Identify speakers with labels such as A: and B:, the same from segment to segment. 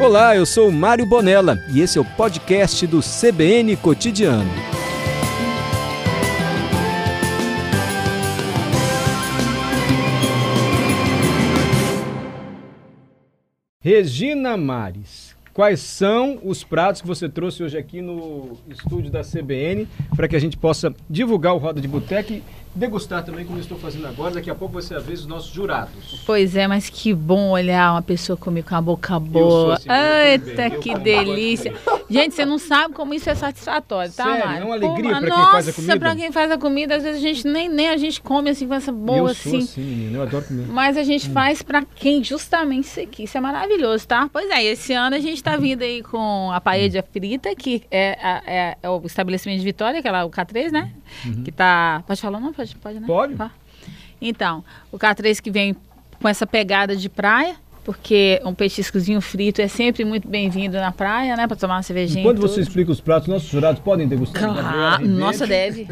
A: Olá, eu sou Mário Bonella e esse é o podcast do CBN Cotidiano. Regina Mares, quais são os pratos que você trouxe hoje aqui no estúdio da CBN para que a gente possa divulgar o Roda de Boteca e degustar também, como eu estou fazendo agora? Daqui a pouco você avisa os nossos jurados.
B: Pois é, mas que bom olhar uma pessoa comer com a boca boa.
A: assim, eu também,
B: Eita,
A: eu
B: que
A: como com
B: delícia. Gente, você não sabe como isso é satisfatório, tá,
A: Sério,
B: Mário?
A: é uma alegria pra
B: Pô,
A: quem faz a comida?
B: Nossa, pra quem faz a comida, às vezes a gente nem, nem a gente come assim com essa
A: eu
B: boa
A: sou
B: assim.
A: assim, menino, eu adoro comer.
B: Mas a gente faz pra quem justamente isso aqui. Isso é maravilhoso, tá? Pois é, esse ano a gente tá vindo aí com a Paella Frita, que é, a- é- é o estabelecimento de Vitória, que é lá o K3, né? Que tá. Pode falar, não? Pode, pode né?
A: Uhum. Pode.
B: Tá. Então, o K3 que vem com essa pegada de praia. Porque um petiscozinho frito é sempre muito bem-vindo na praia, né? Pra tomar uma cervejinha. e
A: Enquanto
B: tudo.
A: você explica os pratos, nossos jurados podem degustar. Gabriela
B: Claro,
A: Ribeiro.
B: nossa, deve.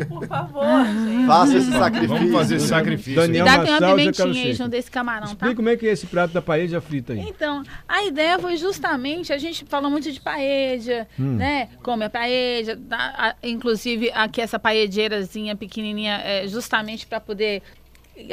C: Faça esse sacrifício.
D: Vamos fazer esse sacrifício.
A: Daniel-
D: Daniel...
B: Dá
A: É uma salsa,
B: tem uma
A: eu quero
B: pimentinha aí
A: seco.
B: junto desse camarão, tá?
A: Explica como é que é esse prato da paella frita aí.
B: Então, a ideia foi justamente, a gente fala muito de paella, né? Come a paella, dá- tá? a- inclusive aqui essa paedeirazinha pequenininha, é, justamente para poder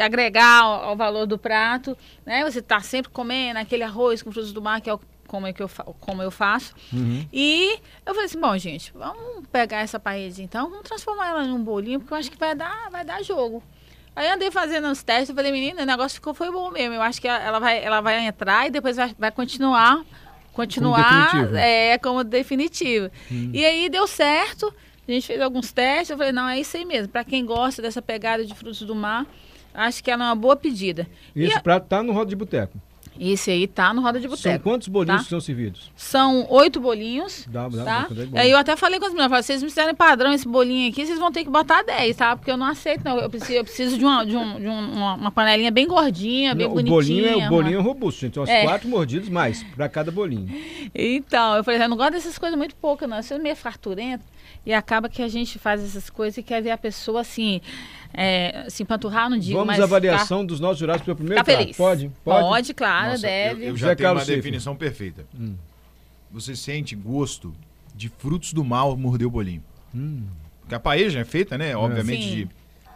B: agregar ao, ao valor do prato, né? Você tá sempre comendo aquele arroz com frutos do mar, que é o como, é que eu, fa- como eu faço.
A: Uhum.
B: E eu falei assim, bom, gente, vamos pegar essa parede então, vamos transformar ela num bolinho, porque eu acho que vai dar, vai dar jogo. Aí eu andei fazendo os testes, eu falei, menina, o negócio ficou foi bom mesmo. Eu acho que a- ela vai, ela vai entrar e depois vai, vai continuar. Continuar
A: definitivo.
B: é, como definitivo. E aí deu certo, a gente fez alguns testes, eu falei, não, é isso aí mesmo. Para quem gosta dessa pegada de frutos do mar, acho que ela é uma boa pedida.
A: E esse prato tá no rodo de boteco.
B: E esse aí tá no Roda de
A: São
B: Boteco.
A: quantos bolinhos
B: tá?
A: que são servidos?
B: São oito bolinhos.
A: Dá, dá,
B: tá?
A: dá, dá,
B: Aí eu até falei com as meninas, falei, vocês me fizerem padrão esse bolinho aqui, vocês vão ter que botar 10, tá? Porque eu não aceito, não. Eu preciso, eu preciso de, uma, de, um- de um- uma, uma panelinha bem gordinha, bem
A: Não, o
B: bonitinha.
A: bolinho é o
B: uma-
A: bolinho é robusto, gente. São as
B: É.
A: quatro mordidas mais para cada bolinho.
B: Então, eu falei, eu não gosto dessas coisas muito poucas, não. Isso é meio farturento. E acaba que a gente faz essas coisas e quer ver a pessoa assim, é, se empanturrar, não digo,
A: Vamos
B: mas
A: à
B: tá-
A: avaliação dos nossos jurados pelo primeiro
B: Tá
A: prato.
B: feliz.
A: Pode?
B: Pode, claro,
D: Nossa,
B: deve.
D: Eu, eu
A: Zé
D: já tenho uma
A: Carlos Schiff.
D: definição perfeita. Você sente gosto de frutos do mal morder o bolinho. Porque a paeja é feita, né? Obviamente.
B: Sim.
D: de-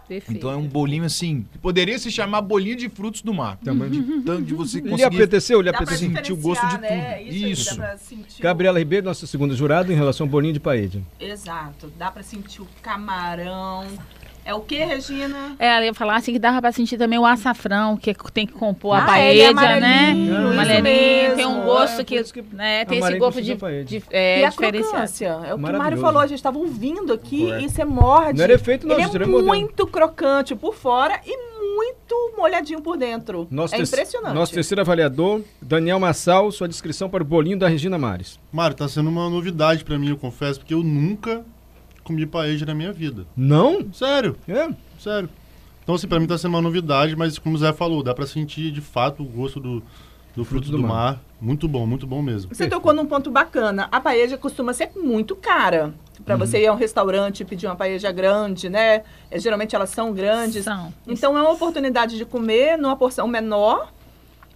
B: Perfeito.
D: Então é um bolinho assim. que Poderia se chamar bolinho de frutos do mar.
A: Também.
D: De tanto de você
A: Lhe
D: conseguir
A: apeteceu? Lhe
E: Dá pra
A: apeteceu?
D: sentir
E: sentir
D: o gosto de
E: Né?
D: tudo.
E: Isso. aí,
D: Isso.
E: Dá pra sentir o-
A: Gabriela Ribeiro, nossa segunda jurada, em relação ao bolinho de paella.
E: Exato. Dá pra sentir o camarão. É o que, Regina?
B: É, ela ia falar assim que dava pra sentir também o açafrão, que tem que compor a
E: Ah, ele é
B: paella, né?
E: amarelinho,
A: isso
B: Amarelinho, tem um
E: mesmo.
B: gosto
A: É,
B: que,
A: por isso que
B: né, tem esse
A: amarelinho
B: gosto
A: precisa
B: de,
A: da paella.
B: de é,
E: e a
B: diferenciado.
E: crocância. É o que o Mário
A: Maravilhoso.
E: falou. A gente estava vindo aqui e você morde.
A: Não era efeito, não,
E: Ele
A: gente,
E: é
A: era modelo.
E: muito crocante por fora e muito molhadinho por dentro.
A: Nosso
E: é
A: terce-
E: impressionante.
A: Nosso terceiro avaliador, Daniel Massal, sua descrição para o bolinho da Regina Mares.
F: Mário, tá sendo uma novidade pra mim, eu confesso, porque eu nunca comi paeja na minha vida.
A: Não?
F: Sério,
A: É?
F: sério. Então, assim, pra mim tá sendo uma novidade, mas como o Zé falou, dá pra sentir de fato o gosto do, do fruto do, mar. Muito bom, muito bom mesmo.
E: Você tocou num ponto bacana. A paella costuma ser muito cara. Pra você ir a um restaurante e pedir uma paella grande, né? É, geralmente elas são grandes.
B: São.
E: Então é uma oportunidade de comer numa porção menor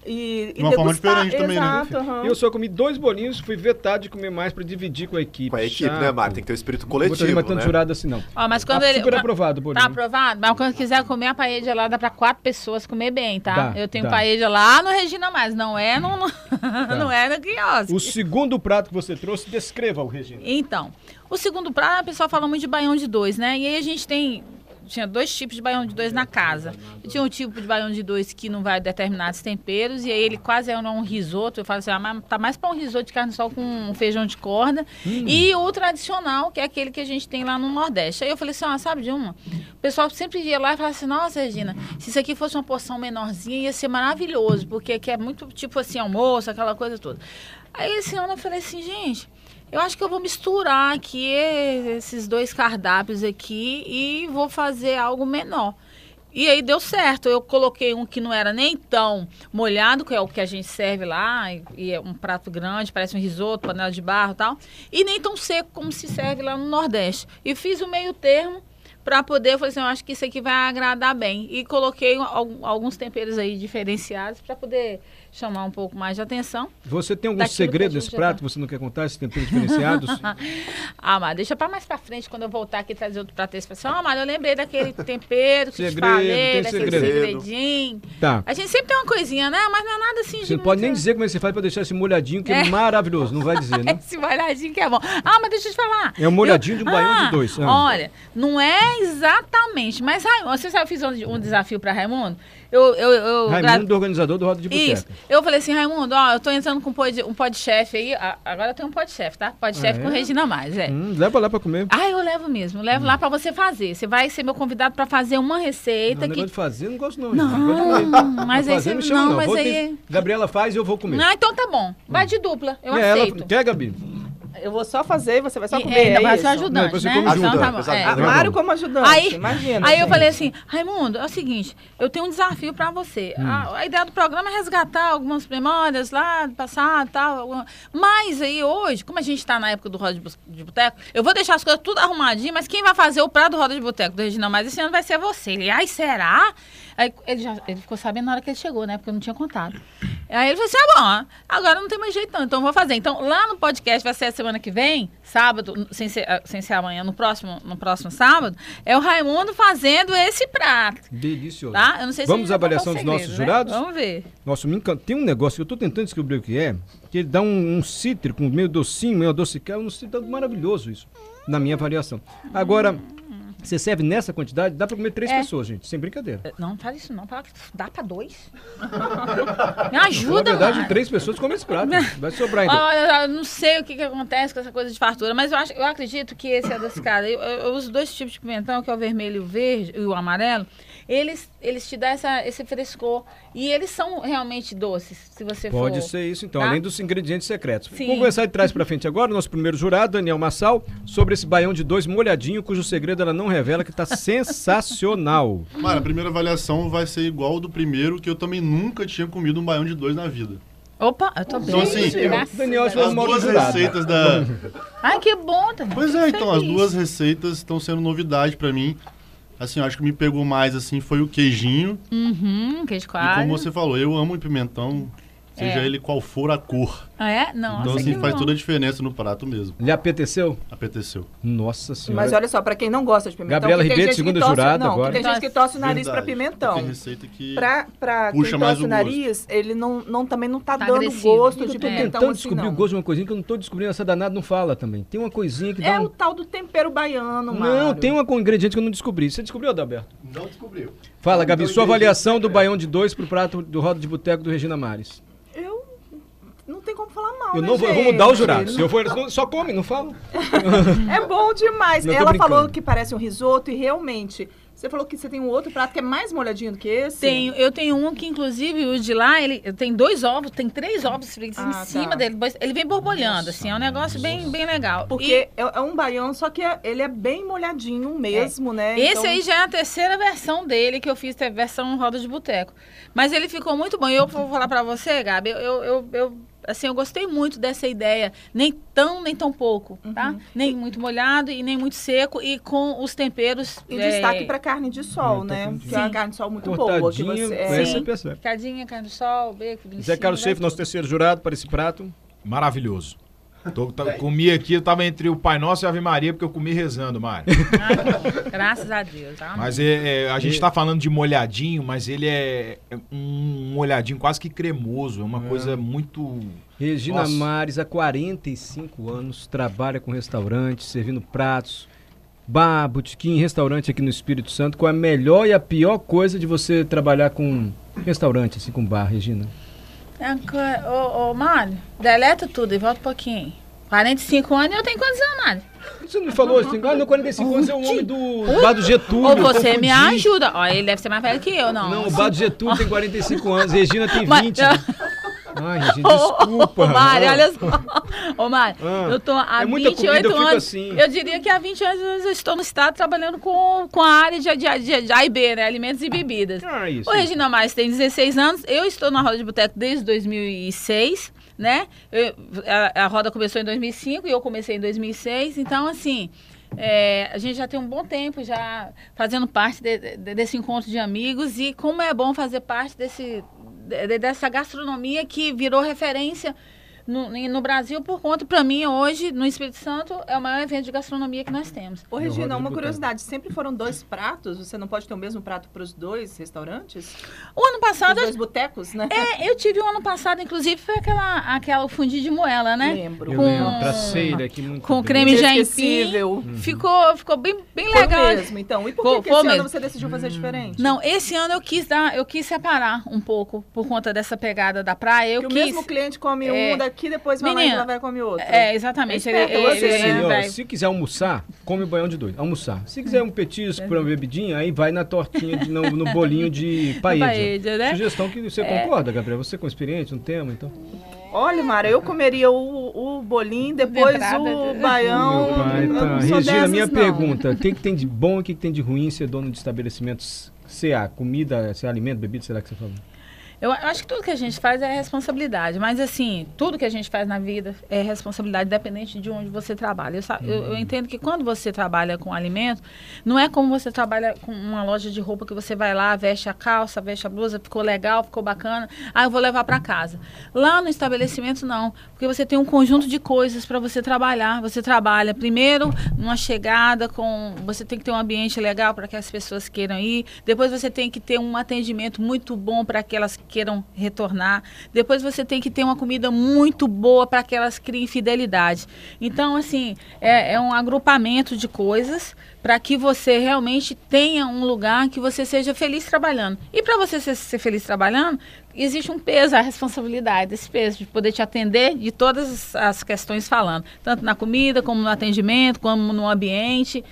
E: e, e
F: De uma forma
E: degustar.
F: diferente também, né?
E: Exato, aham.
A: Eu só comi dois bolinhos, fui vetado de comer mais para dividir com a equipe.
C: Com a equipe, né, Mário? Tem que ter um espírito
A: Não vou trazer
C: coletivo,
A: mais tanto
C: né?
A: jurado assim, não.
B: Ó, mas quando
A: tá
B: ele
A: super
B: tá-
A: aprovado o bolinho.
E: né?
B: Tá aprovado? Mas quando quiser comer a paella lá, dá pra quatro pessoas comer bem, tá?
A: Dá,
B: Eu tenho
A: dá.
B: paella lá no Regina Mais, não é no, no- não é no quiosque.
A: O segundo prato que você trouxe, descreva o Regina.
B: Então, o segundo prato, a pessoa fala muito de baião de dois, né? E aí a gente tem. Tinha dois tipos de baião de dois na casa. E tinha um tipo de baião de dois que não vai determinados temperos, e aí ele quase é um risoto. Eu falo assim, ah, mas tá mais pra um risoto de carne sol com um feijão de corda. E o tradicional, que é aquele que a gente tem lá no Nordeste. Aí eu falei assim, ah, sabe de uma? O pessoal sempre ia lá e falava assim, nossa, Regina, se isso aqui fosse uma porção menorzinha, ia ser maravilhoso, porque aqui é muito tipo assim, almoço, aquela coisa toda. Aí esse ano eu falei assim, gente, eu acho que eu vou misturar aqui esses dois cardápios aqui e vou fazer algo menor. E aí deu certo. Eu coloquei um que não era nem tão molhado, que é o que a gente serve lá, e- e é um prato grande, parece um risoto, panela de barro e tal, e nem tão seco como se serve lá no Nordeste. E fiz o meio termo para poder, eu falei assim, eu acho que isso aqui vai agradar bem. E coloquei al- alguns temperos aí diferenciados para poder chamar um pouco mais de atenção.
A: Você tem algum
B: Daquilo que a
A: segredo
B: gente
A: nesse
B: já
A: prato
B: tá.
A: que você não quer contar, esses temperos diferenciados?
B: Ah, Mário, deixa pra mais pra frente, quando eu voltar aqui trazer outro prato desse pessoal. Ah, Mário, eu lembrei daquele tempero que eu te
A: Segredo,
B: falei,
A: tem
B: daquele
C: segredo.
B: segredinho.
A: tá.
B: A gente sempre tem uma coisinha, né? Mas não é nada assim,
A: Você não
B: gente,
A: pode nem
B: né?
A: dizer como é que você faz pra deixar esse molhadinho, que é,
B: É.
A: maravilhoso. Não vai dizer, né?
B: Esse molhadinho que é bom. Ah, mas deixa eu te falar.
A: É um molhadinho de um baião de
B: Ah,
A: dois. Ah.
B: Olha, não é exatamente. Mas, Raimundo, você sabe, eu fiz um, um desafio pra Raimundo. Eu. eu, eu
A: Raimundo, organizador do Roda de
B: Isso.
A: Boteca.
B: Eu falei assim, Raimundo, ó, eu tô entrando com um pod, um podchef aí. Ah, Agora eu tenho um podchef, tá? Podchef
A: Ah,
B: com
A: é?
B: Regina Mais, é.
A: Hum, leva lá pra comer.
B: Ah, eu levo mesmo. Levo
A: Hum.
B: lá pra você fazer. Você vai ser meu convidado pra fazer uma
A: Não,
B: receita
A: negócio
B: que.
A: de fazer, eu não gosto não.
B: Não,
A: gente. Gosto de comer.
B: mas aí
A: Fazer,
B: você.
A: me chama,
B: Não, mas
A: Vou
B: aí.
A: ter- Gabriela faz e eu vou comer.
B: Ah, então tá bom. Vai de dupla. Eu
A: É,
B: aceito.
A: Ela... Quer, Gabi?
E: Eu vou só fazer e você vai só
B: E-
E: comer.
B: é,
E: É,
B: vai ser
E: isso?
B: um ajudante,
A: Não, depois você
B: né?
A: come
C: junto,
B: tá bom.
C: exato.
B: É.
E: Ah, Mário como ajudante,
B: Aí,
E: imagina.
B: aí eu
E: gente.
B: falei assim, Raimundo, é o seguinte, eu tenho um desafio pra você. A, a ideia do programa é resgatar algumas memórias lá do passado e tal. alguma- Mas aí hoje, como a gente tá na época do Roda de Bus- de Boteco, eu vou deixar as coisas tudo arrumadinho, mas quem vai fazer o prato do Roda de Boteco do Regina Mais esse ano vai ser você. Ele, ai, será? Aí ele, já, ele ficou sabendo na hora que ele chegou, né? Porque eu não tinha contado. Aí ele falou assim, ah, bom, agora não tem mais jeito não, então eu vou fazer. Então lá no podcast, vai ser a semana que vem, sábado, sem ser, ah, sem ser amanhã, no próximo, no próximo sábado, é o Raimundo fazendo esse prato,
A: Delicioso.
B: tá? Eu não sei se
A: Vamos
B: ele
A: à
B: vai contar
A: avaliação
B: o
A: dos
B: segredo,
A: nossos
B: né?
A: jurados?
B: Vamos ver.
A: Nossa, me encanta. Tem um negócio que eu tô tentando descobrir o que é, que ele dá um, um cítrico, um meio docinho, meio adocicado, um cítrico maravilhoso isso, na minha avaliação. Agora, você serve nessa quantidade, dá pra comer três
B: É.
A: pessoas, gente, sem brincadeira.
B: Não, fala isso não, fala que dá pra dois. Me
A: Na
B: ajuda,
A: verdade,
B: Mário.
A: três pessoas comem esse prato. Vai sobrar então. ainda.
B: Ah, Olha, eu não sei o que, que acontece com essa coisa de fartura, mas eu, acho, eu acredito que esse é desse cara. Eu, eu- eu uso dois tipos de pimentão, que é o vermelho e o verde e o amarelo. Eles, eles te dão essa, esse frescor. E eles são realmente doces, se você for.
A: Pode ser isso, então,
B: tá?
A: além dos ingredientes secretos.
B: Sim.
A: Vamos começar de trás pra frente agora, nosso primeiro jurado, Daniel Massal, sobre esse baião de dois molhadinho, cujo segredo ela não revela, que tá sensacional.
F: Mara, a primeira avaliação vai ser igual ao do primeiro, que eu também nunca tinha comido um baião de dois na vida.
B: Opa, eu tô bem.
F: Então, assim,
B: graças
A: eu- Daniel,
B: a
A: acho
E: é
A: Pelo
B: Deus.
F: As
A: modo
F: duas
A: jurado.
F: receitas da.
B: Ai, que bom, Daniel.
F: Pois é,
B: Fico
F: então, as
B: feliz.
F: duas receitas estão sendo novidade pra mim. Assim, eu acho que me pegou mais assim foi o queijinho.
B: Uhum, queijo
F: E
B: coalho.
F: como você falou, eu amo pimentão, seja ele qual for a cor.
B: Ah, é? Não,
F: então,
B: É. nossa,
F: assim,
B: que
F: faz
B: bom.
F: toda a diferença no prato mesmo.
A: Lhe apeteceu?
F: Apeteceu.
A: Nossa senhora.
E: Mas olha só, pra quem não gosta de pimentão,
A: Gabriela
E: que tem
A: Ribeiro,
E: gente que
A: segunda
E: torce-
A: jurada
E: não, que
A: agora.
E: Tem gente que torce o nariz pra
F: Verdade.
E: pimentão.
F: Tem receita que.
E: Pra, pra
F: Puxa
E: quem
F: mais
E: torce
F: o
E: o nariz, ele não, não, também não tá,
B: Tá
E: dando
B: agressivo.
E: gosto
A: Eu
E: de
A: tô
E: pimentão
A: tentando
E: assim,
A: descobrir
E: não.
A: o gosto de uma coisinha que eu não tô descobrindo, essa danada não fala também. Tem uma coisinha que dá
E: É
A: um...
E: o tal do tempero baiano, mano.
A: Não, tem um uma com ingrediente que eu não descobri. Você descobriu, Adalberto?
C: Não descobriu.
A: Fala, Gabi,
C: Então,
A: sua
C: ingrediente
A: avaliação do baião de dois pro prato do roda de boteco do Regina Mares.
E: Eu... Não tem como falar mal,
A: Eu
E: né,
A: não vou, eu vou
E: gente?
A: mudar os jurados. Se eu for, não, só come, não fala.
E: É bom demais.
A: Não, tô
E: Ela
A: brincando.
E: falou que parece um risoto e realmente... Você falou que você tem um outro prato que é mais molhadinho do que esse?
B: Tenho, eu tenho um que, inclusive, o de lá, ele tem dois ovos, tem três ovos fritos
E: Ah,
B: em
E: tá.
B: cima dele. depois Ele vem borbolhando, assim, é um negócio bem, bem legal.
E: Porque é, é um baião, só que é- ele é bem molhadinho mesmo, né?
B: E esse
E: Então-
B: aí já é a terceira versão dele que eu fiz, a versão roda de boteco. Mas ele ficou muito bom. E eu vou falar pra você, Gabi, eu, eu, eu- eu, assim, eu gostei muito dessa ideia. Nem tão, nem tão pouco,
E: Uhum.
B: tá? Nem muito molhado e nem muito seco. E com os temperos...
E: E
B: é,
E: destaque pra carne de sol, né? Que é uma
B: Sim.
E: carne de sol muito boa. Que
A: Cortadinho,
E: você,
A: é,
E: é,
A: você
B: Sim.
A: percebe.
B: Picadinha, carne de sol, bacon, né?
A: Zé
B: bonitinho,
A: Carlos
B: vai
A: Schaefer, nosso
B: tudo.
A: terceiro jurado para esse prato.
D: Maravilhoso. Tô, tá- comi aqui, eu tava entre o Pai Nosso e a Ave Maria, porque eu comi rezando, Mário.
B: Ai, que bom. Ah, Graças a Deus, tá?
D: Mas é, é, a gente tá falando de molhadinho, mas ele é, é um molhadinho quase que cremoso. É uma coisa muito.
A: Regina
D: Nossa.
A: Mares, há 45 anos, trabalha com restaurante, servindo pratos, bar, botequim, restaurante aqui no Espírito Santo. Qual é a melhor e a pior coisa de você trabalhar com restaurante, assim, com bar, Regina?
B: Agora, É Ô, ô, Mário, deleta tudo e volta um pouquinho. 45 anos eu tenho quantos anos, Mário?
A: Você não me falou assim, ah, no 45 anos é o homem do bar do Getúlio.
B: Ou
A: eu
B: você é me
A: confundi.
B: ajuda. Ó, ele deve ser mais velho que eu, não.
A: Não, o bar do Getúlio tem 45 anos, Regina tem
B: Mas-
A: 20. Ai, Regina,
B: Ô, ô,
A: desculpa.
B: ô, Mário,
A: Ah.
B: olha só. Ô, Mário,
A: Ah.
B: eu tô há
A: É muita
B: 28
A: comida, eu fico
B: anos.
A: assim.
B: Eu diria que há 20 anos eu estou no Estado trabalhando com, com a área de, de, de, de A e B, né? Alimentos e bebidas.
A: Ah, isso.
B: O Regina Mais tem 16 anos, eu estou na roda de boteco desde 2006, né? Eu- a, a roda começou em 2005 e eu comecei em 2006, então assim, é, a gente já tem um bom tempo já fazendo parte de- de- desse encontro de amigos e como é bom fazer parte desse de- dessa gastronomia que virou referência no, em- no Brasil por conta, para mim, hoje, no Espírito Santo, é o maior evento de gastronomia que nós temos.
E: Ô,
A: Meu
E: Regina,
A: Rodrigo
E: uma
A: Botelho.
E: curiosidade. Sempre foram dois pratos? Você não pode ter o mesmo prato para os dois restaurantes?
B: O ano
E: Os
B: passado,
E: dois botecos, né?
B: é, eu tive o ano passado, inclusive, foi aquela, aquela fundi de moela, né?
E: Lembro.
A: Eu
B: Com-
A: lembro, traseira aqui muito
B: com
A: bem.
B: creme já em pim.
E: Inesquecível.
B: Uhum. Ficou, ficou bem, bem
E: Uhum. Foi
B: legal.
E: mesmo, então. E por
B: Foi-
E: que, que
B: foi
E: esse ano
B: mesmo.
E: você decidiu
A: Hum.
E: fazer diferente?
B: Não, esse ano eu quis dar, eu quis separar um pouco por conta dessa pegada da praia. Eu
E: que o
B: quis.
E: mesmo cliente come um
B: É.
E: daqui, depois vai lá
B: Menina,
E: e lá vai e come outro.
B: É, exatamente.
E: Respeita você,
A: Assim, ó,
B: vai-
A: se quiser almoçar, come o banhão de dois. Almoçar. Se quiser um
E: É.
A: petisco para uma bebidinha, aí vai na tortinha, de, no, no bolinho de paella.
B: paella, né?
A: Sugestão que você
E: É.
A: concorda, Gabriel? Você com experiente, um tema, então?
E: Olha, Mara, eu comeria o, o bolinho, depois
B: Entrada
E: o
B: de-
E: baião.
A: Meu pai,
E: eu não
A: tá.
E: sou
A: Regina,
E: dessas,
A: minha
E: não.
A: pergunta. O que, que tem de bom e o que, que tem de ruim ser dono de estabelecimentos CA? Comida, se alimento, bebida, será que você
E: Tá
A: falou?
B: Eu acho que tudo que a gente faz é responsabilidade, mas assim, tudo que a gente faz na vida é responsabilidade, independente de onde você trabalha. Eu, sa- eu- eu entendo que quando você trabalha com alimento, não é como você trabalha com uma loja de roupa que você vai lá, veste a calça, veste a blusa, ficou legal, ficou bacana, ah, eu vou levar para casa. Lá no estabelecimento, não, porque você tem um conjunto de coisas para você trabalhar. Você trabalha primeiro numa chegada com. Você tem que ter um ambiente legal para que as pessoas queiram ir. Depois você tem que ter um atendimento muito bom para que elas queiram retornar. Depois você tem que ter uma comida muito boa para que elas criem fidelidade. Então, assim, é, é um agrupamento de coisas para que você realmente tenha um lugar que você seja feliz trabalhando. E para você ser, ser feliz trabalhando, existe um peso, a responsabilidade, esse peso de poder te atender de todas as- as questões falando, tanto na comida, como no atendimento, como no ambiente.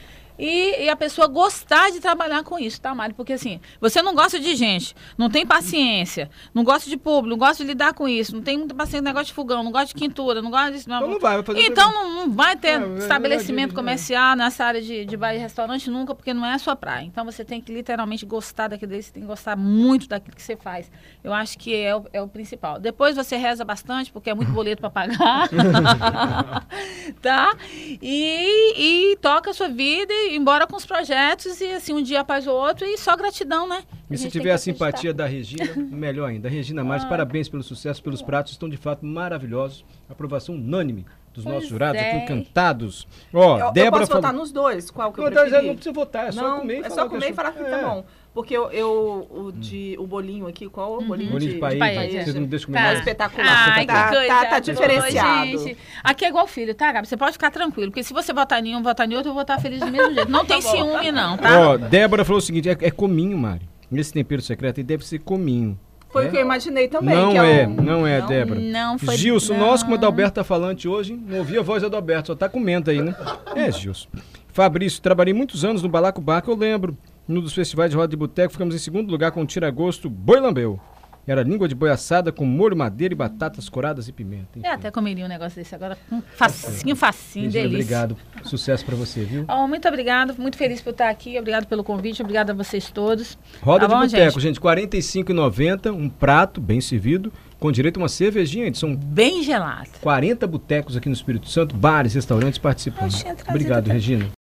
B: E, e a pessoa gostar de trabalhar com isso, tá, Mari? Porque assim, você não gosta de gente, não tem paciência, não gosta de público, não gosta de lidar com isso, não tem muita paciência com negócio de fogão, não gosta de quintura, não gosta disso.
A: Então não vai, vai fazer
B: Então não, não vai ter
A: É, é verdade,
B: estabelecimento
A: é.
B: comercial nessa área de, de bar e restaurante nunca, porque não é a sua praia. Então você tem que literalmente gostar daquilo dele, você tem que gostar muito daquilo que você faz. Eu acho que é o, é o principal. Depois você reza bastante, porque é muito boleto para pagar. tá? E, e toca a sua vida, e embora com os projetos, e assim, um dia após o outro, e só gratidão, né?
A: E se
B: gente tem
A: tiver a
B: que acreditar.
A: simpatia da Regina, melhor ainda. Regina
E: Ah.
A: Mares, parabéns pelo sucesso, pelos pratos, estão de fato maravilhosos. Aprovação unânime dos nossos
B: Pois
A: jurados aqui,
B: é.
A: encantados. Ó,
E: Eu, eu
A: Débora
E: posso votar
A: falou.
E: nos dois? Qual que eu
A: Não, Débora,
E: preferi?
A: não precisa votar, é só
E: Não,
A: comer e
E: é
A: falar.
E: só
A: o que
E: comer e
A: achou.
E: falar que tá
A: É. Hum.
E: bom. Porque eu, eu- o, de, o bolinho aqui, qual é o bolinho?
A: Bolinho de paella,
B: paella.
A: vocês não deixam comer
B: Tá.
E: Tá
A: nada. Ah,
E: espetacular.
B: Ai,
E: tá,
B: que coisa.
E: tá, tá
B: boa,
E: diferenciado.
B: gente. Aqui é igual filho, tá, Gabi? Você pode ficar tranquilo, porque se você votar em um, votar em outro, eu vou estar feliz do mesmo jeito. Não tem
E: bom.
B: ciúme, não, tá?
A: Ó, Débora falou o seguinte: é, é cominho, Mari. Nesse tempero secreto aí deve ser cominho.
E: Foi
A: É?
E: o que eu imaginei também.
A: não,
E: que
A: é,
E: um-
A: não é, Débora.
B: Não foi.
A: Gilson,
B: não.
A: nós, como o Adalberto tá falante hoje, não ouvi a voz do Adalberto, só tá comendo aí, né? É, Gilson. Fabrício, trabalhei muitos anos no Balaco Bar, que eu lembro. Num dos festivais de roda de boteco, ficamos em segundo lugar com o tira-gosto Boi Lambeu. Era língua de boi assada com molho, madeira e batatas coradas e pimenta.
B: Eu até comeria um negócio desse agora com facinho, facinho,
A: Regina,
B: assim, delícia.
A: obrigado. Sucesso pra você, viu?
B: Ó, muito obrigado, muito feliz por estar aqui, obrigado pelo convite, obrigado a vocês todos.
A: Roda
B: Tá
A: de
B: bom,
A: boteco, gente, R$ 45,90, um prato bem servido, com direito a uma cervejinha. gente. São
B: Bem gelado.
A: 40 botecos aqui no Espírito Santo, bares, restaurantes participando.
B: Eu tinha trazido
A: Obrigado,
B: pra-
A: Regina.